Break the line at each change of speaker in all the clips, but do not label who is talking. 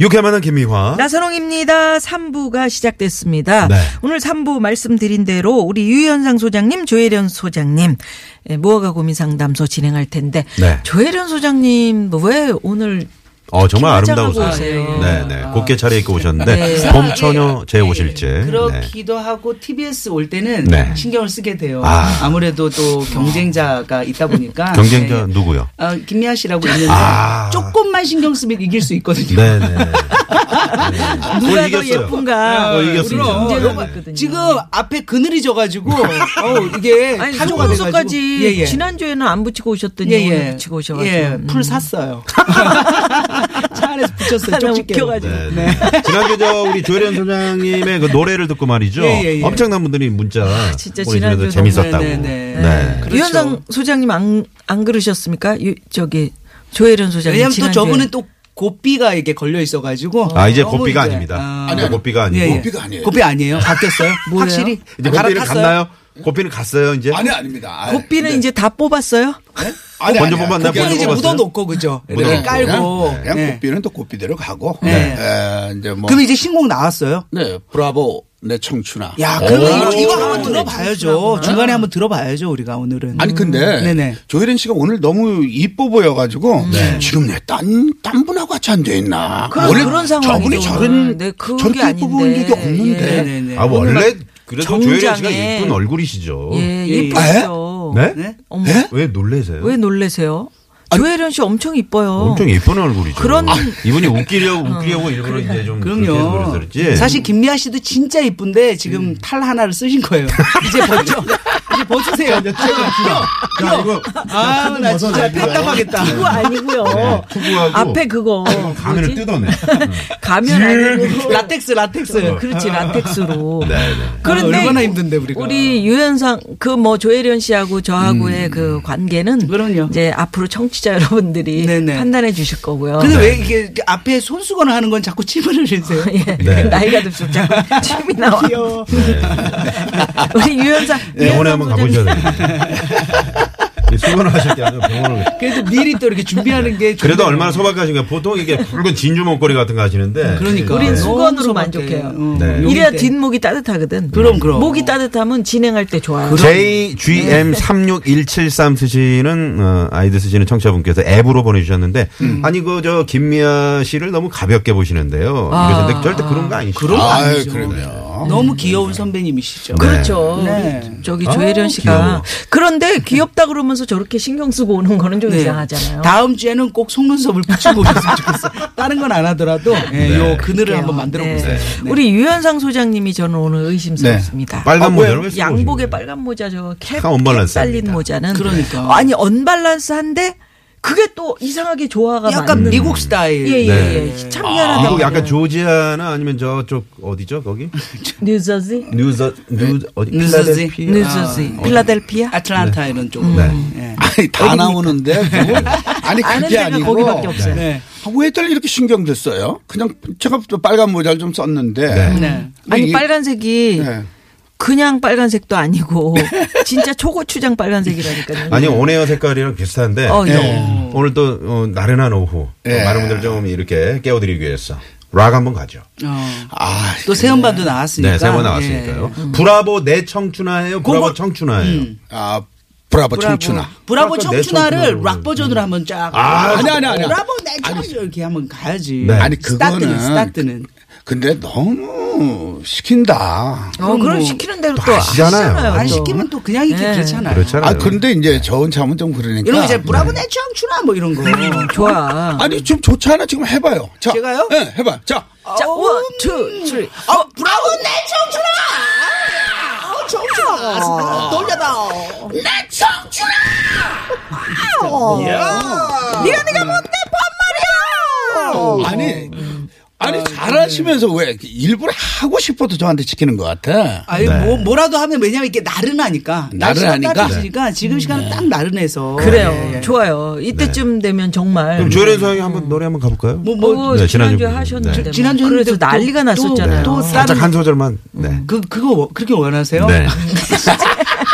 유쾌만한 김미화.
나선홍입니다. 3부가 시작됐습니다.
어? 네.
오늘 3부 말씀드린 대로 우리 유현상 소장님, 조혜련 소장님 예, 무허가 고민 상담소 진행할 텐데
네.
조혜련 소장님 왜 오늘
어 정말
김
아름다우세요.
화장하고 오세요.
네, 네. 곱게 차려입고 오셨는데
네.
봄 처녀 제 오실지. 네.
그렇기도 하고 TBS 올 때는
네.
신경을 쓰게 돼요.
아.
아. 무래도또 경쟁자가 있다 보니까
경쟁자
네.
누구요?
어, 김미아 씨라고 있는데
아.
조금만 신경 쓰면 이길 수 있거든요.
네, 네.
누가 더
이겼어요.
예쁜가
어, 이겼습니다.
우리 경제가
네, 네.
있거든요.
지금 앞에 그늘이 져가지고 어, 이게
아니 그
타조가
속눈썹까지
돼가지고. 예, 예.
지난주에는 안 붙이고 오셨더니
예, 예.
오늘 붙이고 오셔가지고
예,
음.
풀 샀어요. 차 안에서 붙였어요.
하나
쪽집게로.
웃겨가지고.
네, 네. 지난주 저 우리 조혜련 소장님의 그 노래를 듣고 말이죠.
예, 예, 예.
엄청난 분들이 문자
진짜
보내주면서
지난주
재밌었다고.
네, 네, 네.
네.
그렇죠.
유현상 소장님 안, 안 그러셨습니까? 유, 저기 조혜련 소장님
왜냐면 또
지난주에.
저분은 또 고삐가 이게 걸려 있어가지고
아 이제
너무
고삐가
이제,
아닙니다.
아.
아니 고삐가 아니고
예, 예.
고삐가
그
아니에요.
고삐 아니에요. 바뀌었어요? 확실히
이제 고삐를
갈아탔어요?
갔나요? 네. 고삐는 갔어요 이제.
아니 아닙니다. 아이,
고삐는
근데-
이제 다 뽑았어요?
아니,
먼저
아니야.
뽑았나? 먼저
그게
그건 이제
아니고
뽑았어요?
묻어놓고 그죠?
묻어놓고.
이렇게 깔고.
네, 그냥, 그냥
네.
고삐는 또 고삐대로 가고.
네.
에, 이제 뭐
그럼 이제 신곡 나왔어요?
네 브라보 내 청춘아. 어?
야, 그럼
오.
이거, 이거 한번 들어봐야죠. 중간에 한번 들어봐야죠 우리가 오늘은.
아니 근데
음,
네네.
조혜린 씨가 오늘 너무 이뻐 보여가지고 지금 내딴딴 분하고 같이 안 돼 있나?
네. 그런-
원래
그런 상황이죠,
저분이
오늘.
저런
네, 그게
저렇게 이뻐 보인
아닌데. 예,
적이 없는데.
네네네.
아 원래 그래도 조혜련 씨가
정장에-
예쁜 얼굴이시죠.
예,
예.
예쁘죠.
네?
네?
어머,
네?
왜 놀래세요?
왜 놀래세요? 조혜련 씨 엄청 이뻐요.
엄청 예쁜 얼굴이죠. 아,
그런-
이분이 웃기려고 웃기려고 일부러 이제 좀
그럼요.
그랬었지.
사실 김미아 씨도 진짜 이쁜데 지금 탈 하나를 쓰신 거예요. 이제 벗죠. 이제 벗으세요.
아,
야, 이거
아우, 나 진짜 답답하겠다.
그거
네,
아니고요.
투구하고 아,
앞에 그거
가면을
뭐지?
뜯어내.
가면 아니고
라텍스, 라텍스.
그렇지 라텍스로.
예. 어. 네, 네.
아, 얼마나 힘든데, 우리가.
우리 유현상 그 뭐 조혜련 씨하고
음.
저하고의 그 관계는
그럼요.
이제 앞으로 청취자 여러분들이
네네.
판단해 주실 거고요.
근데 왜 이게 앞에 손수건을 하는 건 자꾸 찜을 흘리세요?
네. 예.
네.
나이가 들수록 자꾸 침이 나와.
귀여워.
우리 유현상
병원에 네, 예, 한번 가보셔야 되겠네. 수건을 하실 때 아니라 병원을.
그래도 미리 또 이렇게 준비하는 게
그래도
좋네요.
얼마나 소박하신 거예요. 보통 이게 붉은 진주 목걸이 같은 거 하시는데. 예.
그러니까.
우린
네.
수건으로
너무
만족해요.
소박해.
네.
어, 요럴
이래야
때.
뒷목이 따뜻하거든.
네. 그럼, 그럼.
목이 따뜻하면 진행할 때 좋아요.
JGM36173 쓰시는, 어, 아이디 쓰시는 청취자분께서 앱으로 보내주셨는데, 아니, 그, 저, 김미아 씨를 너무 가볍게 보시는데요.
아.
이러셨는데 절대 그런 거 아니시죠.
그런 거
아,
아니죠.
음.
음.
그럼요.
너무 귀여운 선배님이시죠.
네.
그렇죠.
네.
우리 저기
아,
조혜련 씨가
귀여워.
그런데 귀엽다 그러면서 저렇게 신경 쓰고 오는 거는 좀
네.
이상하잖아요.
다음 주에는 꼭 속눈썹을 붙이고 오셨으면 좋겠어. 다른 건 안 하더라도 예,
네.
요 그늘을 한번 만들어
네.
보세요. 네.
우리 유현상 소장님이 저는 오늘 의심스럽습니다.
네.
어,
빨간
아,
모자를
뭐야?
왜 쓰고
양복에
오신 거예요?
빨간 모자 저 캡,
다 언밸런스합니다.
캡살린 모자는
그러니까.
아니 언밸런스한데 그게 또 이상하게 조화가
약간
맞는
미국 스타일.
예예예
네.
참 희한하다.
미국 약간 조지아나 아니면 저쪽 어디죠 거기 네.
뉴저지,
뉴저 뉴 어디
뉴저지.
필라델피아? 어.
뉴저지, 필라델피아. 음.
아틀란타 이런 쪽.
네.
아니 다 나오는데 그걸. 아니
아는
그게
데가
아니고
거기밖에 없어요.
네.
아, 왜들 이렇게 신경 썼어요? 그냥 제가 또 빨간 모자를 좀 썼는데
네.
네.
근데
아니
이-
빨간색이
네.
그냥 빨간색도 아니고 진짜 초고추장 빨간색이라니까요.
아니 네. 온에어 색깔이랑 비슷한데
어, 예.
오늘 또 어, 나른한 오후
예.
어, 많은 분들 좀 이렇게 깨워드리기 위해서 락 한번 가죠.
어.
아,
또 세연반도 나왔으니까.
네, 세번 나왔으니까요.
그러니까? 예.
브라보 내 청춘아예요. 브라보 청춘아예요.
아 브라보 청춘아.
브라보
브라보 내
청춘화를
청춘화로.
락 버전으로 한번 쫙.
아,
아니, 아니, 아니.
브라보 내 청춘 이렇게 한번 가야지.
네.
아니
스타트는
그거는
스타트는.
근데 너무 시킨다.
어, 그럼
뭐
시키는 대로
또
또
아시잖아요.
아시잖아요.
안
또.
시키면 또 그냥 이렇게
네.
그렇잖아요.
그렇잖아요.
아 근데 이제 저은 참은 좀 그러니까.
이런 거 이제 브라보 내 청춘화 뭐 이런 거.
어, 음. 좋아.
아니 좀 좋잖아 지금 해봐요. 자,
제가요?
예, 해봐. 자,
자, 원, 투, 쓰리.
어, 브라보 내 청춘아! 어, 청춘아! 놀려다!
내 청춘아.
니가 니가 뭔데,
아니, 아니 잘하 하시면서 왜 일부러 하고 싶어도 저한테 지키는 것 같아.
아유 뭐 뭐라도 하면 왜냐면 이게 나른하니까 날씨가
나른하니까?
따뜻해지니까 지금 시간은 딱 나른해서
아,
그래요.
예, 예.
좋아요. 이때쯤 되면 정말.
네. 그럼 조혜련 소장이 한번 노래 한번 가볼까요?
뭐, 뭐,
어,
네, 지난주-
지난주에 하셨는데.
네.
뭐
지난주 했는데
그래서
또-
난리가
또-
났었잖아요.
또
살짝 한 소절만. 네.
그 그거 뭐- 그렇게 원하세요?
네.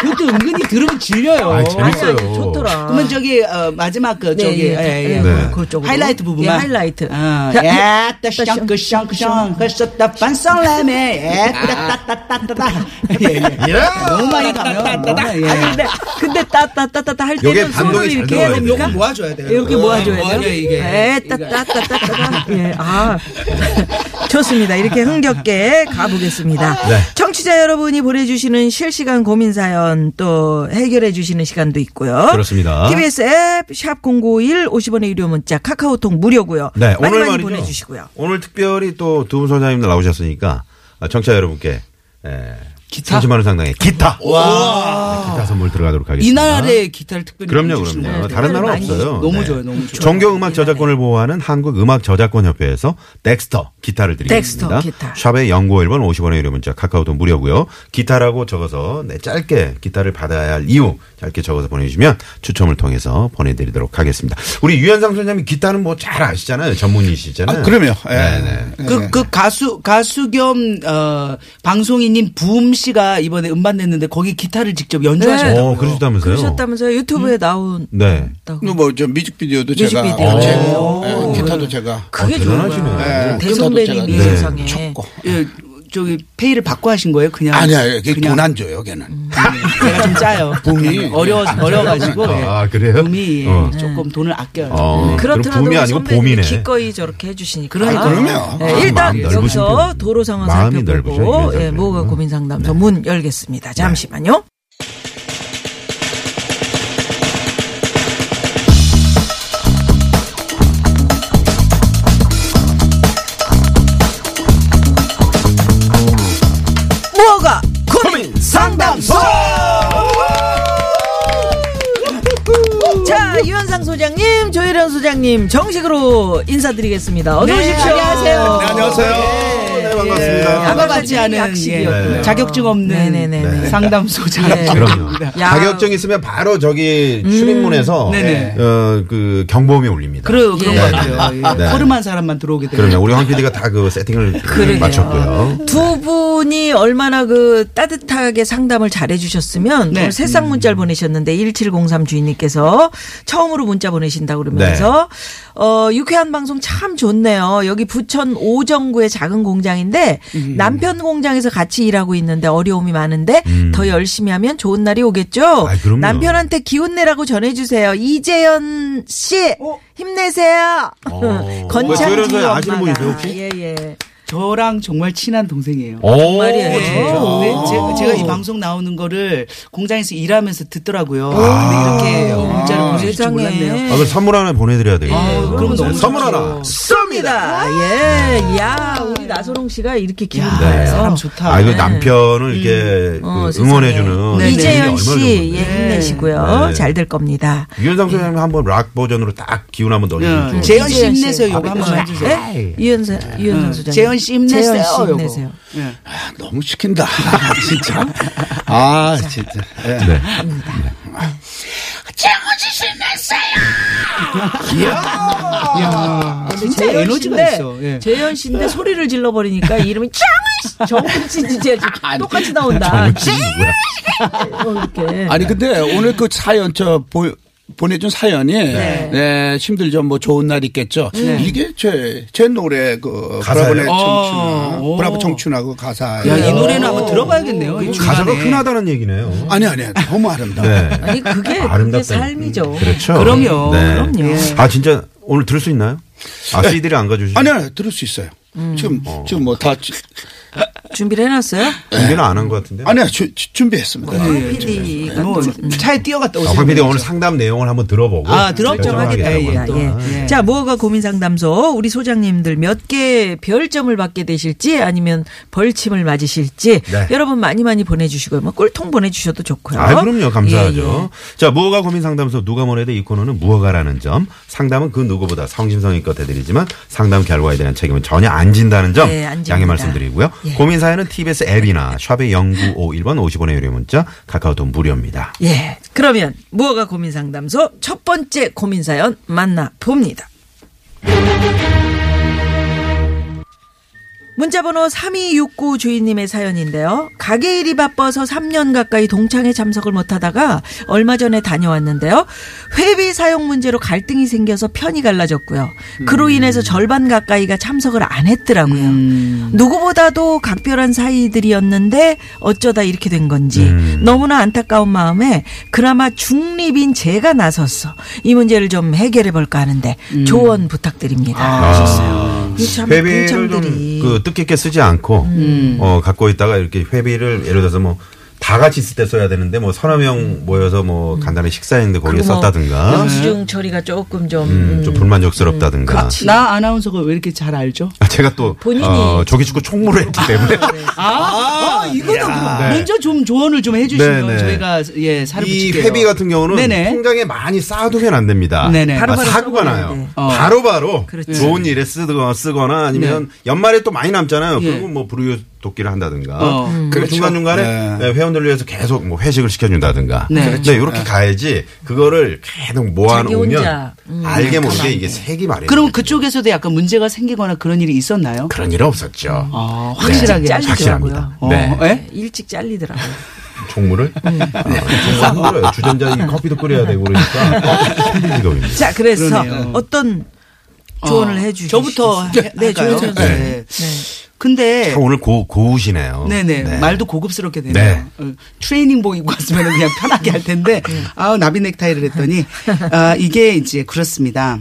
그것도 은근히 들으면 질려요.
아, 재밌-
아니, 아니,
재밌어요.
좋더라.
그러면 저기 어, 마지막 그
네,
저기
예,
예, 예.
예,
네.
그 쪽으로.
하이라이트 부분만
예, 하이라이트.
아,
자,
야,
따,
따 샹크 샹크 샹크 샹다 반설레메. 예, 따따따따따. 예, 예. 너무 많이 가면. 너무- 예.
아니 근데 근데 따따따따따 할
요게
때는
반동이
손을
잘
이렇게 해야 됩니까?
들어가야 돼요.
그러니까 모아줘야 돼요. 예,
이렇게 모아줘야 돼요.
모아줘야 이게.
에, 예, 따따따따따. 예, 아. 좋습니다. 이렇게 흥겹게 가보겠습니다.
네.
청취자 여러분이 보내주시는 실시간 고민 사연 또 해결해 주시는 시간도 있고요.
그렇습니다.
TBS 앱 샵0951 50원의 유료 문자 카카오톡 무료고요.
네,
많이
오늘
많이
말이죠.
보내주시고요.
오늘 특별히 또 두 분 소장님들 나오셨으니까 아, 청취자 여러분께 에,
기타?
30만 원 상당의 기타. 네,
와.
기타 선물
이
들어가도록 하겠습니다.
나라의 기타를 특별히
그럼요,
해주시는
그럼요.
거예요.
다른 나라
네, 많이
없어요. 네.
너무 좋아요, 너무 좋아요.
정경
네.
음악 저작권을 보호하는 한국 음악 저작권 협회에서 덱스터 기타를 드리겠습니다.
덱스터 기타.
샵에 연구 1번 50원의 유료 문자 카카오톡 무료고요. 기타라고 적어서 네, 짧게 기타를 받아야 할 이유 짧게 적어서 보내주시면 추첨을 통해서 보내드리도록 하겠습니다. 우리 유현상 선생님이 기타는 뭐 잘 아시잖아요. 전문이시잖아요.
아, 그럼요. 예. 네.
그, 그 가수, 가수 겸, 어, 방송인인 부음 씨가 이번에 음반 냈는데 거기 기타를 직접 연주하셨다고.
어, 그러셨다면서요. 음.
그러셨다면서요. 유튜브에 나온.
네.
다고
뭐저 뮤직비디오도 제가
뮤직비디오.
제,
오.
예, 기타도 제가
그게 좋은
어, 대단하시네요.
거야.
예,
대선배님
기타도
이
제가 네,
세상에.
쳤고.
예, 저기 페이를 받고 하신 거예요? 그냥
아니야, 이게 돈안 줘요, 걔는.
제가 좀 짜요.
붐이.
어려 어려가지고
네.
예.
아, 그래요?
붐이 예,
어.
조금 돈을 아껴요.
어, 그럼
그렇더라도
붐이 아니고
선배님이
봄이네.
기꺼이 저렇게 해주시니까.
그러니까.
그럼요.
예,
아,
일단
마음 넓으신
여기서
분.
도로 상황
마음이
살펴보고
넓으셔요, 네.
예, 뭐가 고민 상담소 문 열겠습니다. 잠시만요. 뭐가 고민 상담소. 자, 유현상 소장님, 조혜련 소장님 정식으로 인사드리겠습니다. 어서 오십시오.
네, 안녕하세요.
네, 안녕하세요. 네, 반갑습니다. 네.
예, 받지 않은
약식이었군요.
예, 자격증 없는
네. 네네네.
상담소장.
네.
그럼요.
야. 음.
자격증 있으면 바로 저기 출입문에서
네네.
어, 그 경보음이 울립니다.
그런 그런
네.
것 같아요. 예.
네.
허름한 사람만 들어오게 되요
그러면 우리 황 PD가 다 그 세팅을
네. 그러게요.
맞췄고요. 네.
두 분이 얼마나 그 따뜻하게 상담을 잘해주셨으면
네.
오늘 새싹
음.
문자를 보내셨는데 1703 주인님께서 처음으로 문자 보내신다 그러면서
네.
어 유쾌한 방송 참 좋네요. 여기 부천 오정구의 작은 공장인데
음.
남편 공장에서 같이 일하고 있는데 어려움이 많은데 더 열심히 하면 좋은 날이 오겠죠.
음. 아이, 그럼요.
남편한테 기운 내라고 전해주세요. 이재현 씨 힘내세요.
어. 왜
건창지
조혜련 씨 아시는
엄마가
분이세요, 혹시?
예예.
저랑 정말 친한
어.
동생이에요.
말이에요.
예. 근데 제- 제가 이 방송 나오는 거를 공장에서 일하면서 듣더라고요. 근데 이렇게 문자를 보실 줄
세상에.
몰랐네요.
아, 그 선물 하나 보내드려야 되겠네요.
아, 그럼 너무
선물
좋죠.
하나.
쏩니다. 예. 야, 우리 나소롱 씨가 이렇게 기분
야,
네.
나서.
사람 좋다.
아, 이거 남편을 이렇게
어,
그
세상에.
응원해주는
네,
이재현
분이 얼마나
씨,
좋은데.
예, 네. 힘내시고요.
네.
잘 될 겁니다.
유현상 소장님 한번 락 버전으로 딱 기운 한번
네.
넣어주세요.
예. 재현 씨
이재현 씨.
힘내세요. 요거 네. 한번 해주세요.
예? 유연사, 유연상 소장.
네. 재현 씨 힘내세요. 요거. 예.
아, 너무 시킨다. 진짜. 아, 진짜. 예.
네.
아, 진짜 에너지가 있어. 예.
재현 씨인데 소리를 질러버리니까 이름이 짱! 정훈씨 진짜 똑같이 나온다.
정훈 씨 누구야?
어, 이렇게.
아니 근데 오늘 그 사연 저 보, 보내준 사연이 네. 힘들죠 뭐 좋은 날 있겠죠 이게 제 제 노래 그
가사예요?
브라보의 청춘아
어. 오.
브라보 청춘하고 가사
야, 이 노래는 한번 들어봐야겠네요. 이
가사가
중간에.
흔하다는 얘기네요.
아니 아니 너무 아름다워
네.
아니, 그게, 그게
아름답다.
삶이죠.
그렇죠.
그럼요.
그럼요.
예.
아 진짜 오늘 들을 수 있나요? 아 CD를 안 가져주시?
어.
아니 아니 들을 수 있어요 지금 지금 뭐 다
준비를 해놨어요?
네,
아,
준비는 안 한 것 같은데.
아니요, 주- 주- 준비했습니다. 예,
PD 가
뭐 차에 뛰어갔다 오시는
박피 d
거죠.
아, 오늘 상담 내용을 한번 들어보고.
아, 들어-
결정하겠다고
예, 예,
합니다.
또.
예.
예.
자, 무허가 고민 상담소 우리 소장님들 몇 개 별점을 받게 되실지 아니면 벌침을 맞으실지
네.
여러분 많이 많이 보내주시고요. 뭐 꿀통 보내주셔도 좋고요.
아, 그럼요. 감사하죠.
예, 예.
자, 무허가 고민 상담소 누가 뭐래도 이 코너는 무허가라는 점. 상담은 그 누구보다 성심성의껏 해드리지만 상담 결과에 대한 책임은 전혀 안 진다는 점.
네, 안 집니다.
양해 말씀드리고요. 고민 사연은 TBS 앱이나 샵의 0951번 50원의 유료 문자 카카오톡 무료입니다.
예. 그러면 무허가 고민 상담소 첫 번째 고민 사연 만나 봅니다. 문자번호 3269 주인님의 사연인데요. 가게 일이 바빠서 3년 가까이 동창회 참석을 못하다가 얼마 전에 다녀왔는데요. 회비 사용 문제로 갈등이 생겨서 편이 갈라졌고요.
음.
그로 인해서 절반 가까이가 참석을 안 했더라고요.
음.
누구보다도 각별한 사이들이었는데 어쩌다 이렇게 된 건지
음.
너무나 안타까운 마음에 그나마 중립인 제가 나섰어. 이 문제를 좀 해결해 볼까 하는데 조언 부탁드립니다. 하셨어요. 이참
음. 아. 회비를
동창들이.
좀그 뜻깊게 쓰지 않고
음.
어 갖고 있다가 이렇게 회비를 예를 들어서 뭐 다 같이 있을 때 써야 되는데 뭐 서너 명 모여서 뭐 간단히 식사했는데 거기에
음. 그리고 뭐
썼다든가
영수증 처리가 조금 좀
그러니까. 음, 좀 불만족스럽다든가
아, 나 아나운서가 왜 이렇게 잘 알죠?
아, 제가 또
본인이
어, 조기축구 총무를 했기 때문에
아, 아, 이거는 먼저 좀 조언을 좀 해주시면
네, 네.
저희가 예 살을
이
붙일게요.
회비 같은 경우는
네네.
통장에 많이 쌓아두면 안 됩니다.
네네.
아,
바로바로
사고가
써버려야
나요.
돼.
어. 그렇죠.
바로바로
그렇지.
좋은 일에 쓰거나, 쓰거나 아니면 연말에 또 많이 남잖아요.
네. 예.
그러면 뭐 불유 돕기를 한다든가.
어,
음.
그리고
그렇죠.
중간중간에 네, 회원들 위해서 계속 뭐 회식을 시켜준다든가.
네.
네, 이렇게 가야지 그거를 계속
자기
모아놓으면
혼자. 음,
알게
약간
모르게
안
이게 색이 말이에요.
그럼 그쪽에서도 약간 문제가 생기거나 그런 일이 있었나요?
그런 일은 없었죠.
아, 확실하게.
네,
잘리더라고요.
확실합니다.
어,
네.
예?
일찍 잘리더라고요.
종무를? 아, 종무를 물어요. 주전자 이 커피도 끓여야 되고 그러니까 힘든 직업입니다.
자, 그래서
그러네요.
어떤 조언을 해 주시죠.
어. 저부터 해-
네,
할까요?
조언
네.
네.
근데
참 오늘 고, 고우시네요.
네네
네.
말도 고급스럽게 되네요.
네.
어, 트레이닝복 입고 왔으면 그냥 편하게 할 텐데 아 나비 넥타이를 했더니 아 이게 이제 그렇습니다.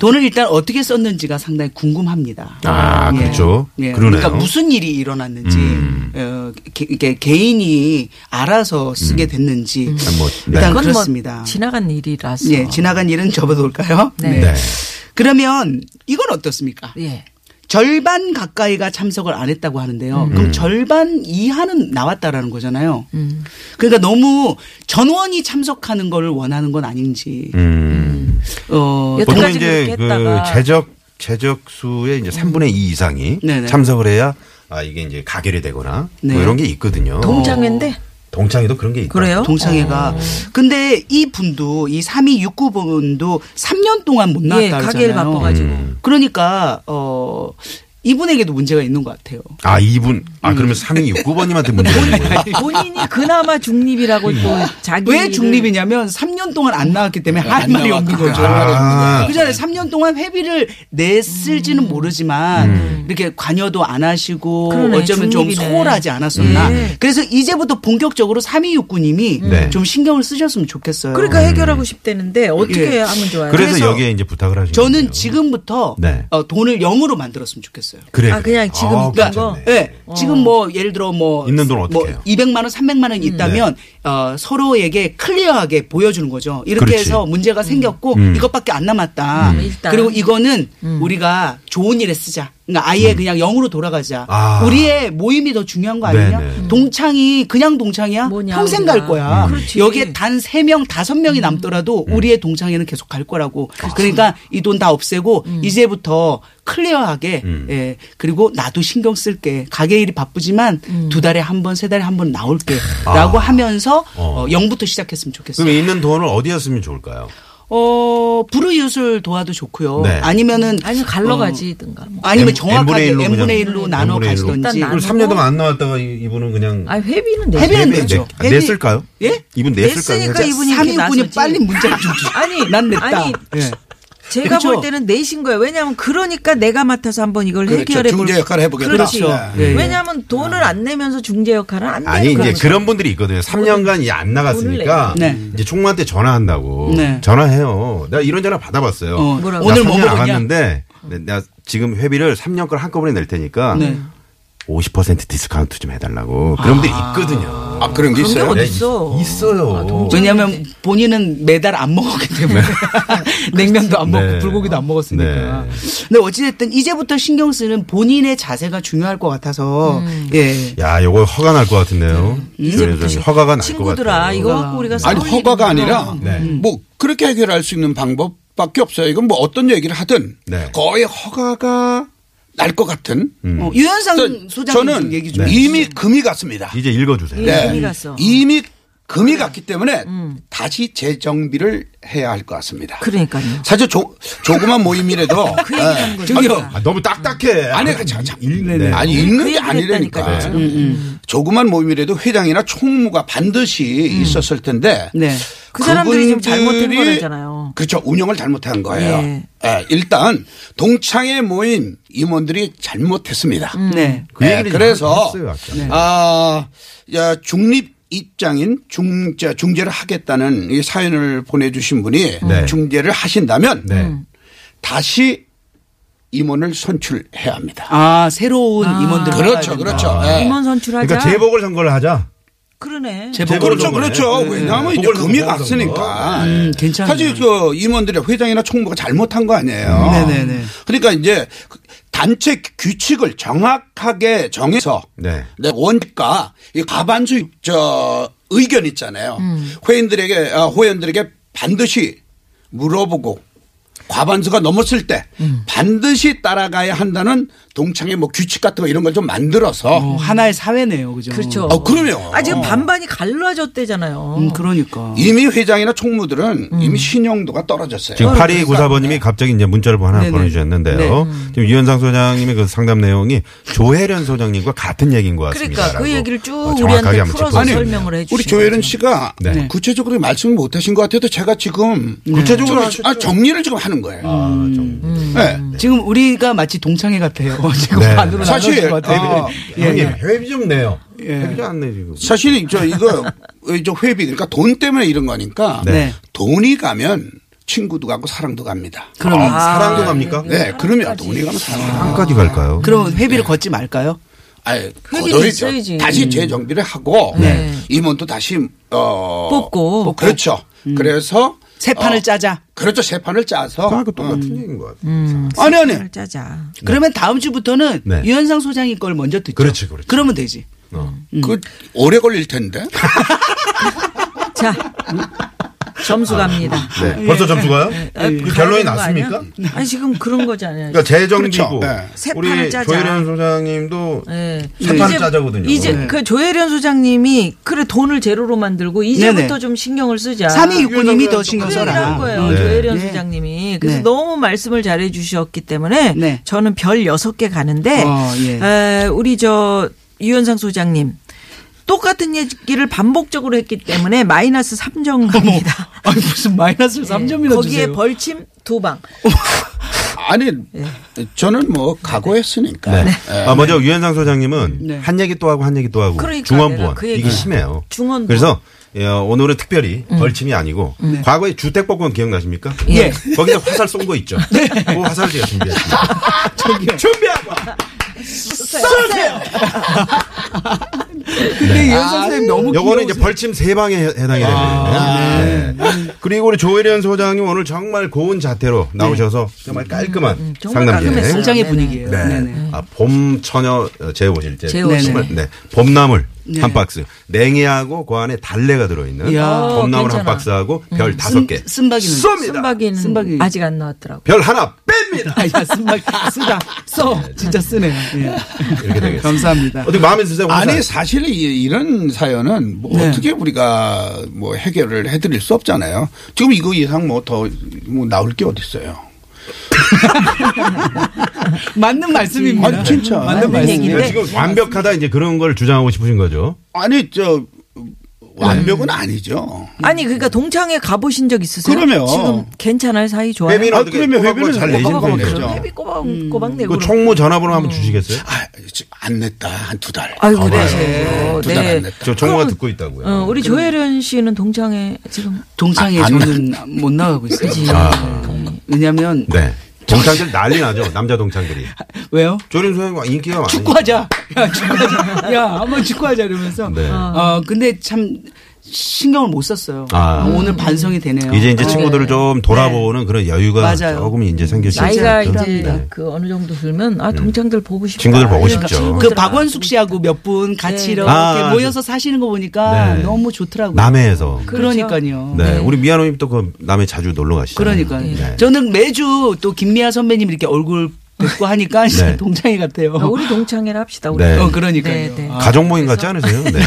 돈을 일단 어떻게 썼는지가 상당히 궁금합니다.
아, 그렇죠.
그러니
그러네요. 음.
까 무슨 일이 일어났는지, 어, 게, 이게 개인이 알아서 쓰게 됐는지
음. 뭐, 네.
일단
음. 그건
그렇습니다.
뭐 지나간 일이라서.
예, 지나간 일은 접어둘까요?
네.
네.
그러면 이건 어떻습니까?
예.
절반 가까이가 참석을 안 했다고 하는데요.
음.
그럼 절반 이하는 나왔다라는 거잖아요.
음.
그러니까 너무 전원이 참석하는 걸 원하는 건 아닌지.
음.
어,
여튼
보통
여태까지
이제
그렇게
그
했다가.
제적 제적 수의 이제 3분의 2 이상이
네네.
참석을 해야 아 이게 이제 가결이 되거나
네.
뭐 이런 게 있거든요.
동창회인데
동창회도 그런 게 있다.
그래요? 어.
동창회가 근데 이 분도 이 3269분도 3년 동안 못
예,
나왔다
가게를
음.
그러잖아요.
바빠가지고.
그러니까 어 이분에게도 문제가 있는 것 같아요.
아, 이분 아 그러면 369번님한테 문제가 있는 거예요.
본인이 그나마 중립이라고 또 자기
어. 왜 중립이냐면 3년 동안 안 나왔기 때문에 할
네. 안
말이 없는
나왔구나.
거죠.
아.
그전에 3년 동안 회비를 냈을지는 모르지만
음.
이렇게 관여도 안 하시고
음. 그러네,
어쩌면 좀
중립이네.
소홀하지 않았었나.
예.
그래서 이제부터 본격적으로 3269님이
네.
좀 신경을 쓰셨으면 좋겠어요.
그러니까 해결하고 싶대는데 어떻게
예.
하면 좋아요?
음. 그래서,
그래서
여기에 이제 부탁을 하시는 거예요.
저는 지금부터
네.
어, 돈을 0으로 만들었으면 좋겠어요.
그래.
아, 그냥 지금 있는 거?
괜찮네.
예. 지금 뭐 예를 들어 뭐
있는 돈 어떻게
뭐
해요? 음. 네.
200만 원, 300만 원 있다면 어, 서로에게 클리어하게 보여주는 거죠. 이렇게
그렇지.
해서 문제가 생겼고
음.
이것밖에 안 남았다.
뭐 일단. 음.
그리고 이거는 우리가 좋은 일에 쓰자. 그러니까 아예 그냥 영으로 돌아가자.
음. 아.
우리의 모임이 더 중요한 거 아니냐?
네네.
동창이 그냥 동창이야?
뭐냐,
평생
우리가.
갈 거야.
음. 그렇지.
여기에 단 3명, 5명이 남더라도
음.
우리의 동창회는 계속 갈 거라고.
아, 그렇죠.
그러니까 이 돈 다 없애고
음.
이제부터 클리어하게 예. 그리고 나도 신경 쓸게. 가게 일이 바쁘지만
음.
두 달에 한 번, 세 달에 한 번 나올게라고 하면서
아. 어.
어, 0부터 시작했으면 좋겠어요.
그럼 있는 돈을 어디에 쓰면 좋을까요?
어, 불우이웃을 도와도 좋고요.
네.
아니면은 어,
아니 갈러 가지든가. 뭐.
아니면
M-
정확하게
N분의 일로 그냥.
n분의 1로 나눠
N분의 일로.
가시던지
일단
그럼
나누고.
3년 동안 안 나왔다가 이- 이분은 그냥 네,
아, 회비는 내.
회비는
내-
내죠.
내- 냈을까요?
예?
이분 냈을까요?
냈으니까
회비?
이분이 이렇게
3인분이
나서지.
빨리 문제를 좀 주-
아니,
난 냈다.
아니,
예.
제가
그렇죠.
볼 때는 내신 거예요. 왜냐하면 그러니까 내가 맡아서 한번 이걸
그렇죠.
해결해 볼.
중재 역할을 해보겠다.
그렇지.
그렇죠.
예, 예.
왜냐하면 돈을 안 내면서 중재 역할을 안
아니
내는
이제
거죠.
그런 분들이 있거든요. 3년간 이 안 나갔으니까
돈을 내요. 네.
이제 총무한테 전화한다고
네.
전화해요. 내가 이런 전화 받아봤어요.
어,
나
뭐라고?
오늘
오늘
3년
뭐
안
먹었냐?
갔는데 내- 내가 지금 회비를 3년 걸 한꺼번에 낼 테니까
네.
50% 디스카운트 좀 해달라고 그런 분들이 있거든요.
아, 그런 게
그런 게
있어요?
어디 있어?
네, 있- 있어요.
아, 왜냐하면 본인은 매달 안 먹었기 때문에 냉면도 안 먹고
네.
불고기도 안 먹었으니까.
네.
근데 어찌됐든 이제부터 신경 쓰는 본인의 자세가 중요할 것 같아서 예.
야, 요거 허가 날 것 같은데요. 조현선 씨, 허가가 날 것
음. 친구들아
같아요.
이거 갖고 우리가
아니
싸울
허가가
일이
아니라
없어.
네.
뭐 그렇게 해결할 수 있는 방법밖에 없어요. 이건 뭐 어떤 얘기를 하든
네.
거의 허가가 날 것 같은.
음.
어, 유현상 소장님
저는
좀 얘기 좀. 해주세요.
이미 금이 갔습니다.
네. 이제 읽어주세요.
네. 금이 갔어.
이미 금이 갔기 때문에 다시 재정비를 해야 할 것 같습니다.
그러니까요.
사실 조, 조그만 모임이라도 예. 저기요.
아, 너무
음.
딱딱해.
아니,
아,
자, 자.
읽-
네.
네.
아니
그
있는 게
얘기를
아니라니까.
했다니까요.
음, 음. 조그만 모임이라도 회장이나 총무가 반드시 있었을 텐데.
네.
그 사람들이 좀 잘못된
그분들이
거라잖아요.
그렇죠. 운영을 잘못한 거예요.
예.
예, 일단 동창회 모임 임원들이 잘못했습니다.
음.
네.
그
예,
얘기를
그래서
했어요, 아까.
네.
아, 야, 중립 입장인 중재 중재를 하겠다는 이 사연을 보내주신 분이
네.
중재를 하신다면
네.
음,
다시 임원을 선출해야 합니다.
아 새로운 임원들
그렇죠, 그렇죠. 예.
아, 임원 선출하자.
그러니까 재보궐 선거를 하자.
그러네.
제법
그렇죠,
보궐선거네.
그렇죠.
네.
왜냐하면 이제
보궐선거,
금이
보궐선거.
갔으니까.
음, 괜찮아요.
사실 그 임원들이 회장이나 총무가 잘못한 거 아니에요.
네네네.
그러니까 이제 그 단체 규칙을 정확하게 정해서
네.
네, 원가 이 과반수 저 의견 있잖아요. 회원들에게 아, 회원들에게 반드시 물어보고 과반수가 넘었을 때 반드시 따라가야 한다는 동창의 뭐 규칙 같은 거 이런 걸 좀 만들어서
어, 하나의 사회네요, 그죠?
그렇죠. 어.
어, 그럼요.
아 지금 반반이 갈라졌대잖아요.
음, 그러니까.
이미 회장이나 총무들은 이미 신용도가 떨어졌어요.
지금
네.
8294번님이 갑자기 이제 문자를 뭐 하나
네네.
보내주셨는데요.
네.
음.
지금 유현상 소장님의 그 상담 내용이 조혜련 소장님과 같은 얘기인 것 같습니다.
그러니까 그
라고
얘기를 쭉
어, 정확하게
우리한테
한번
풀어서
짚어주셨네요.
설명을 해주시죠.
우리 조혜련 씨가
네.
구체적으로 말씀을 못 하신 것 같아도 제가 지금 구체적으로 아, 정리를 지금 하는 거예요.
아,
음.
정-
네.
지금 우리가 마치 동창회 같아요. 지금
네.
반으로
사실
나눠진 것 같아요.
아,
예,
형님 회비 좀 내요. 회비 좀 안 내 지금.
사실 저 이거 저 회비 그러니까 돈 때문에 이런 거니까
네.
돈이 가면 친구도 가고 사랑도 갑니다.
그럼
아,
사랑도 갑니까?
예,
네, 그러면 돈이 가면 사랑.
한까지 아. 갈까요?
그럼 회비를 걷지 말까요?
아예
회비도 있어야지.
다시 재정비를 하고
네.
임원도 다시 어
뽑고. 뽑고.
그렇죠. 그래서
새 판을
어,
짜자.
그렇죠. 새 판을 짜서
아까 똑같은
음.
얘기인 것 같아요.
아니 아니.
짜자.
네. 그러면 다음 주부터는
네.
유현상 소장님 걸 먼저 듣죠.
그렇지, 그렇지.
러면 되지.
어.
음.
그 오래 걸릴 텐데.
자 점수 갑니다.
네. 벌써
예.
점수가요? 그 결론이 났습니까?
아, 아니 지금 그런 거잖아요.
그러니까 재정비고
그렇죠. 네.
새 판을
우리
짜자.
조혜련 소장님도
예.
세 판을 짜자거든요.
이제
네.
그 조혜련 소장님이 그래 돈을 제로로 만들고 이제부터
네네.
좀 신경을 쓰자.
3269님이 더 신경
그
써라.
얘기를 한 거예요.
네.
조혜련
네.
소장님이. 그래서
네.
너무 말씀을 잘해 주셨기 때문에
네.
저는 별 여섯 개 가는데
어, 예.
에, 우리 저 유현상 소장님 똑같은 얘기를 반복적으로 했기 때문에 마이너스 3점 갑니다.
아니 무슨 마이너스 3점이나
네. 거기에
주세요.
벌침 두 방.
아니
예.
저는 뭐 각오했으니까.
네.
예.
아, 먼저 유현상 소장님은
네.
한 얘기 또 하고 한 얘기 또 하고
그러니까 내가
중원부원
그
이게
얘기야.
심해요.
중원부원. 음.
그래서 예, 오늘은 특별히 벌침이 아니고
네.
과거에 주택법권 기억나십니까? 네.
예.
거기다 화살 쏜 거 있죠.
네.
그 화살 제가 준비했습니다.
근데
아,
유현상 소장님 너무
요거는 이제 벌침 세 방에 해- 해당이 되거든요.
아.
네. 그리고 우리 조혜련 소장님 오늘 정말 고운 자태로 나오셔서 정말 깔끔한
네. 음, 정말
상담이에요.
깔끔했어요.
동창회
아, 네네.
분위기예요.
네.
네네.
아, 봄 처녀 제오실 때.
제오실.
정말,
네네.
네. 봄나물
네.
한 박스. 냉이하고 그 안에 달래가 들어있는
이야,
봄나물 한
괜찮아.
박스하고 별 다섯 개.
쓴박이는
쓴박이는
쓴박이.
아직 안 나왔더라고.
별 하나 뺍니다.
아야 쓴박 쓰다 써 진짜 쓰네요. 예.
이렇게 되겠습니다.
감사합니다.
어떻게 마음에 드세요?
아니 사실 이- 이런 사연은 뭐
네.
어떻게 우리가 뭐 해결을 해드릴 수 없잖아요. 지금 이거 이상 뭐 더 뭐 나올 게 어디 있어요.
맞는 말씀입니다.
아니, 진짜.
네. 맞는
맞는
말씀이에요.
그러니까
네.
지금 완벽하다 이제 그런 걸 주장하고 싶으신 거죠.
아니 저
네.
완벽은 아니죠.
아니 그러니까 동창회 가보신 적 있으세요?
그럼요.
지금 괜찮아요 사이 좋아요?
회비는
아,
어떻게
그러면
꼬박꼬박
회비는
잘 내신
꼬박꼬박
거예요.
그렇죠.
회비 꼬박
음.
꼬박 내고.
그
그럼.
총무 전화번호 한번 주시겠어요?
아, 지금 안 냈다 한 두 달.
아이고
네.
그러세요.
두달안 냈다.
저 정우가
그럼-
듣고 있다고요.
네. 어, 우리 조혜련 씨는 동창회 지금
동창회
아, 안
저는 못 나가고 있어요. 왜냐하면
네. 동창들 난리 나죠. 남자 동창들이.
왜요?
조린 소영 인기가 많아.
축구하자. 야, 축구하자. 야, 한번 축구하자 이러면서.
네.
어, 근데 참 신경을 못 썼어요.
아.
어, 오늘 반성이 되네요. 네.
이제 이제 친구들을 좀 돌아보는 그런 여유가
맞아요.
조금 이제 생길 수 있죠.
나이가 이제
네.
그 어느 정도 들면 아 동창들 보고 싶다.
음. 친구들 보고
이런
싶죠.
친구들
그 박원숙 씨하고 몇 분 같이
네.
이렇게
아,
모여서 사시는 거 보니까
네.
너무 좋더라고요.
남해에서.
그러니까요.
네. 우리 미아노님 또 그 남해 자주 놀러 가시죠.
그러니까요.
네.
저는 매주 또 김미아 선배님 이렇게 얼굴 뵙고 하니까 진짜 동창이 같아요.
아, 우리 동창회를 합시다. 우리.
네.
어, 그러니까요.
네, 네.
아,
가족 모임 같지 않으세요? 네.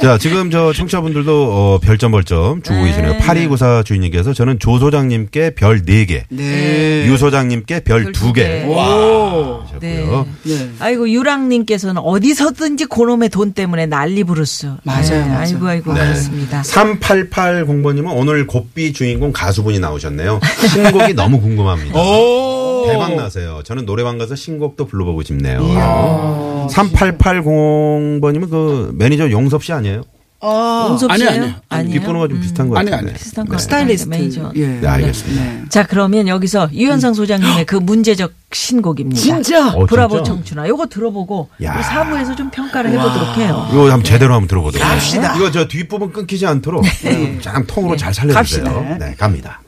자, 지금 저 청취자분들도 어, 별점 벌점 주고 계시네요. 8294 주인님께서 저는 조 소장님께 별 4개,
네.
유 소장님께 별 2개.
와.
하셨고요.
네.
아이고 유랑님께서는 어디서든지 그놈의 돈 때문에 난리 부르스.
맞아요, 맞아요.
이고 아이고
네.
그렇습니다.
388 공보님은 오늘 곱비 주인공 가수분이 나오셨네요. 신곡이 너무 궁금합니다.
오.
대박 나세요. 저는 노래방 가서 신곡도 불러보고 싶네요. 3880번님은 그 매니저 용섭 씨 아니에요?
아.
용섭
아니,
씨예요?
아니.
아니에요? 음,
뒷번호가 좀 비슷한 네. 것
음. 아니,
같은데.
아니.
비슷한 거
스타일리스트.
매니저.
예.
네, 알겠습니다.
네.
자 그러면 여기서 유현상 소장님의 그 문제적 신곡입니다.
음. 진짜?
어,
아, 브라보
진짜?
청춘아. 요거 들어보고
야.
우리 사부에서 좀 평가를 해보도록 해요.
이거 한번 제대로 한번 들어보도록
갑시다.
이거 저 뒷부분 끊기지 않도록 참 음, 통으로 잘 살려주세요.
네. 갑시다.
네, 갑니다.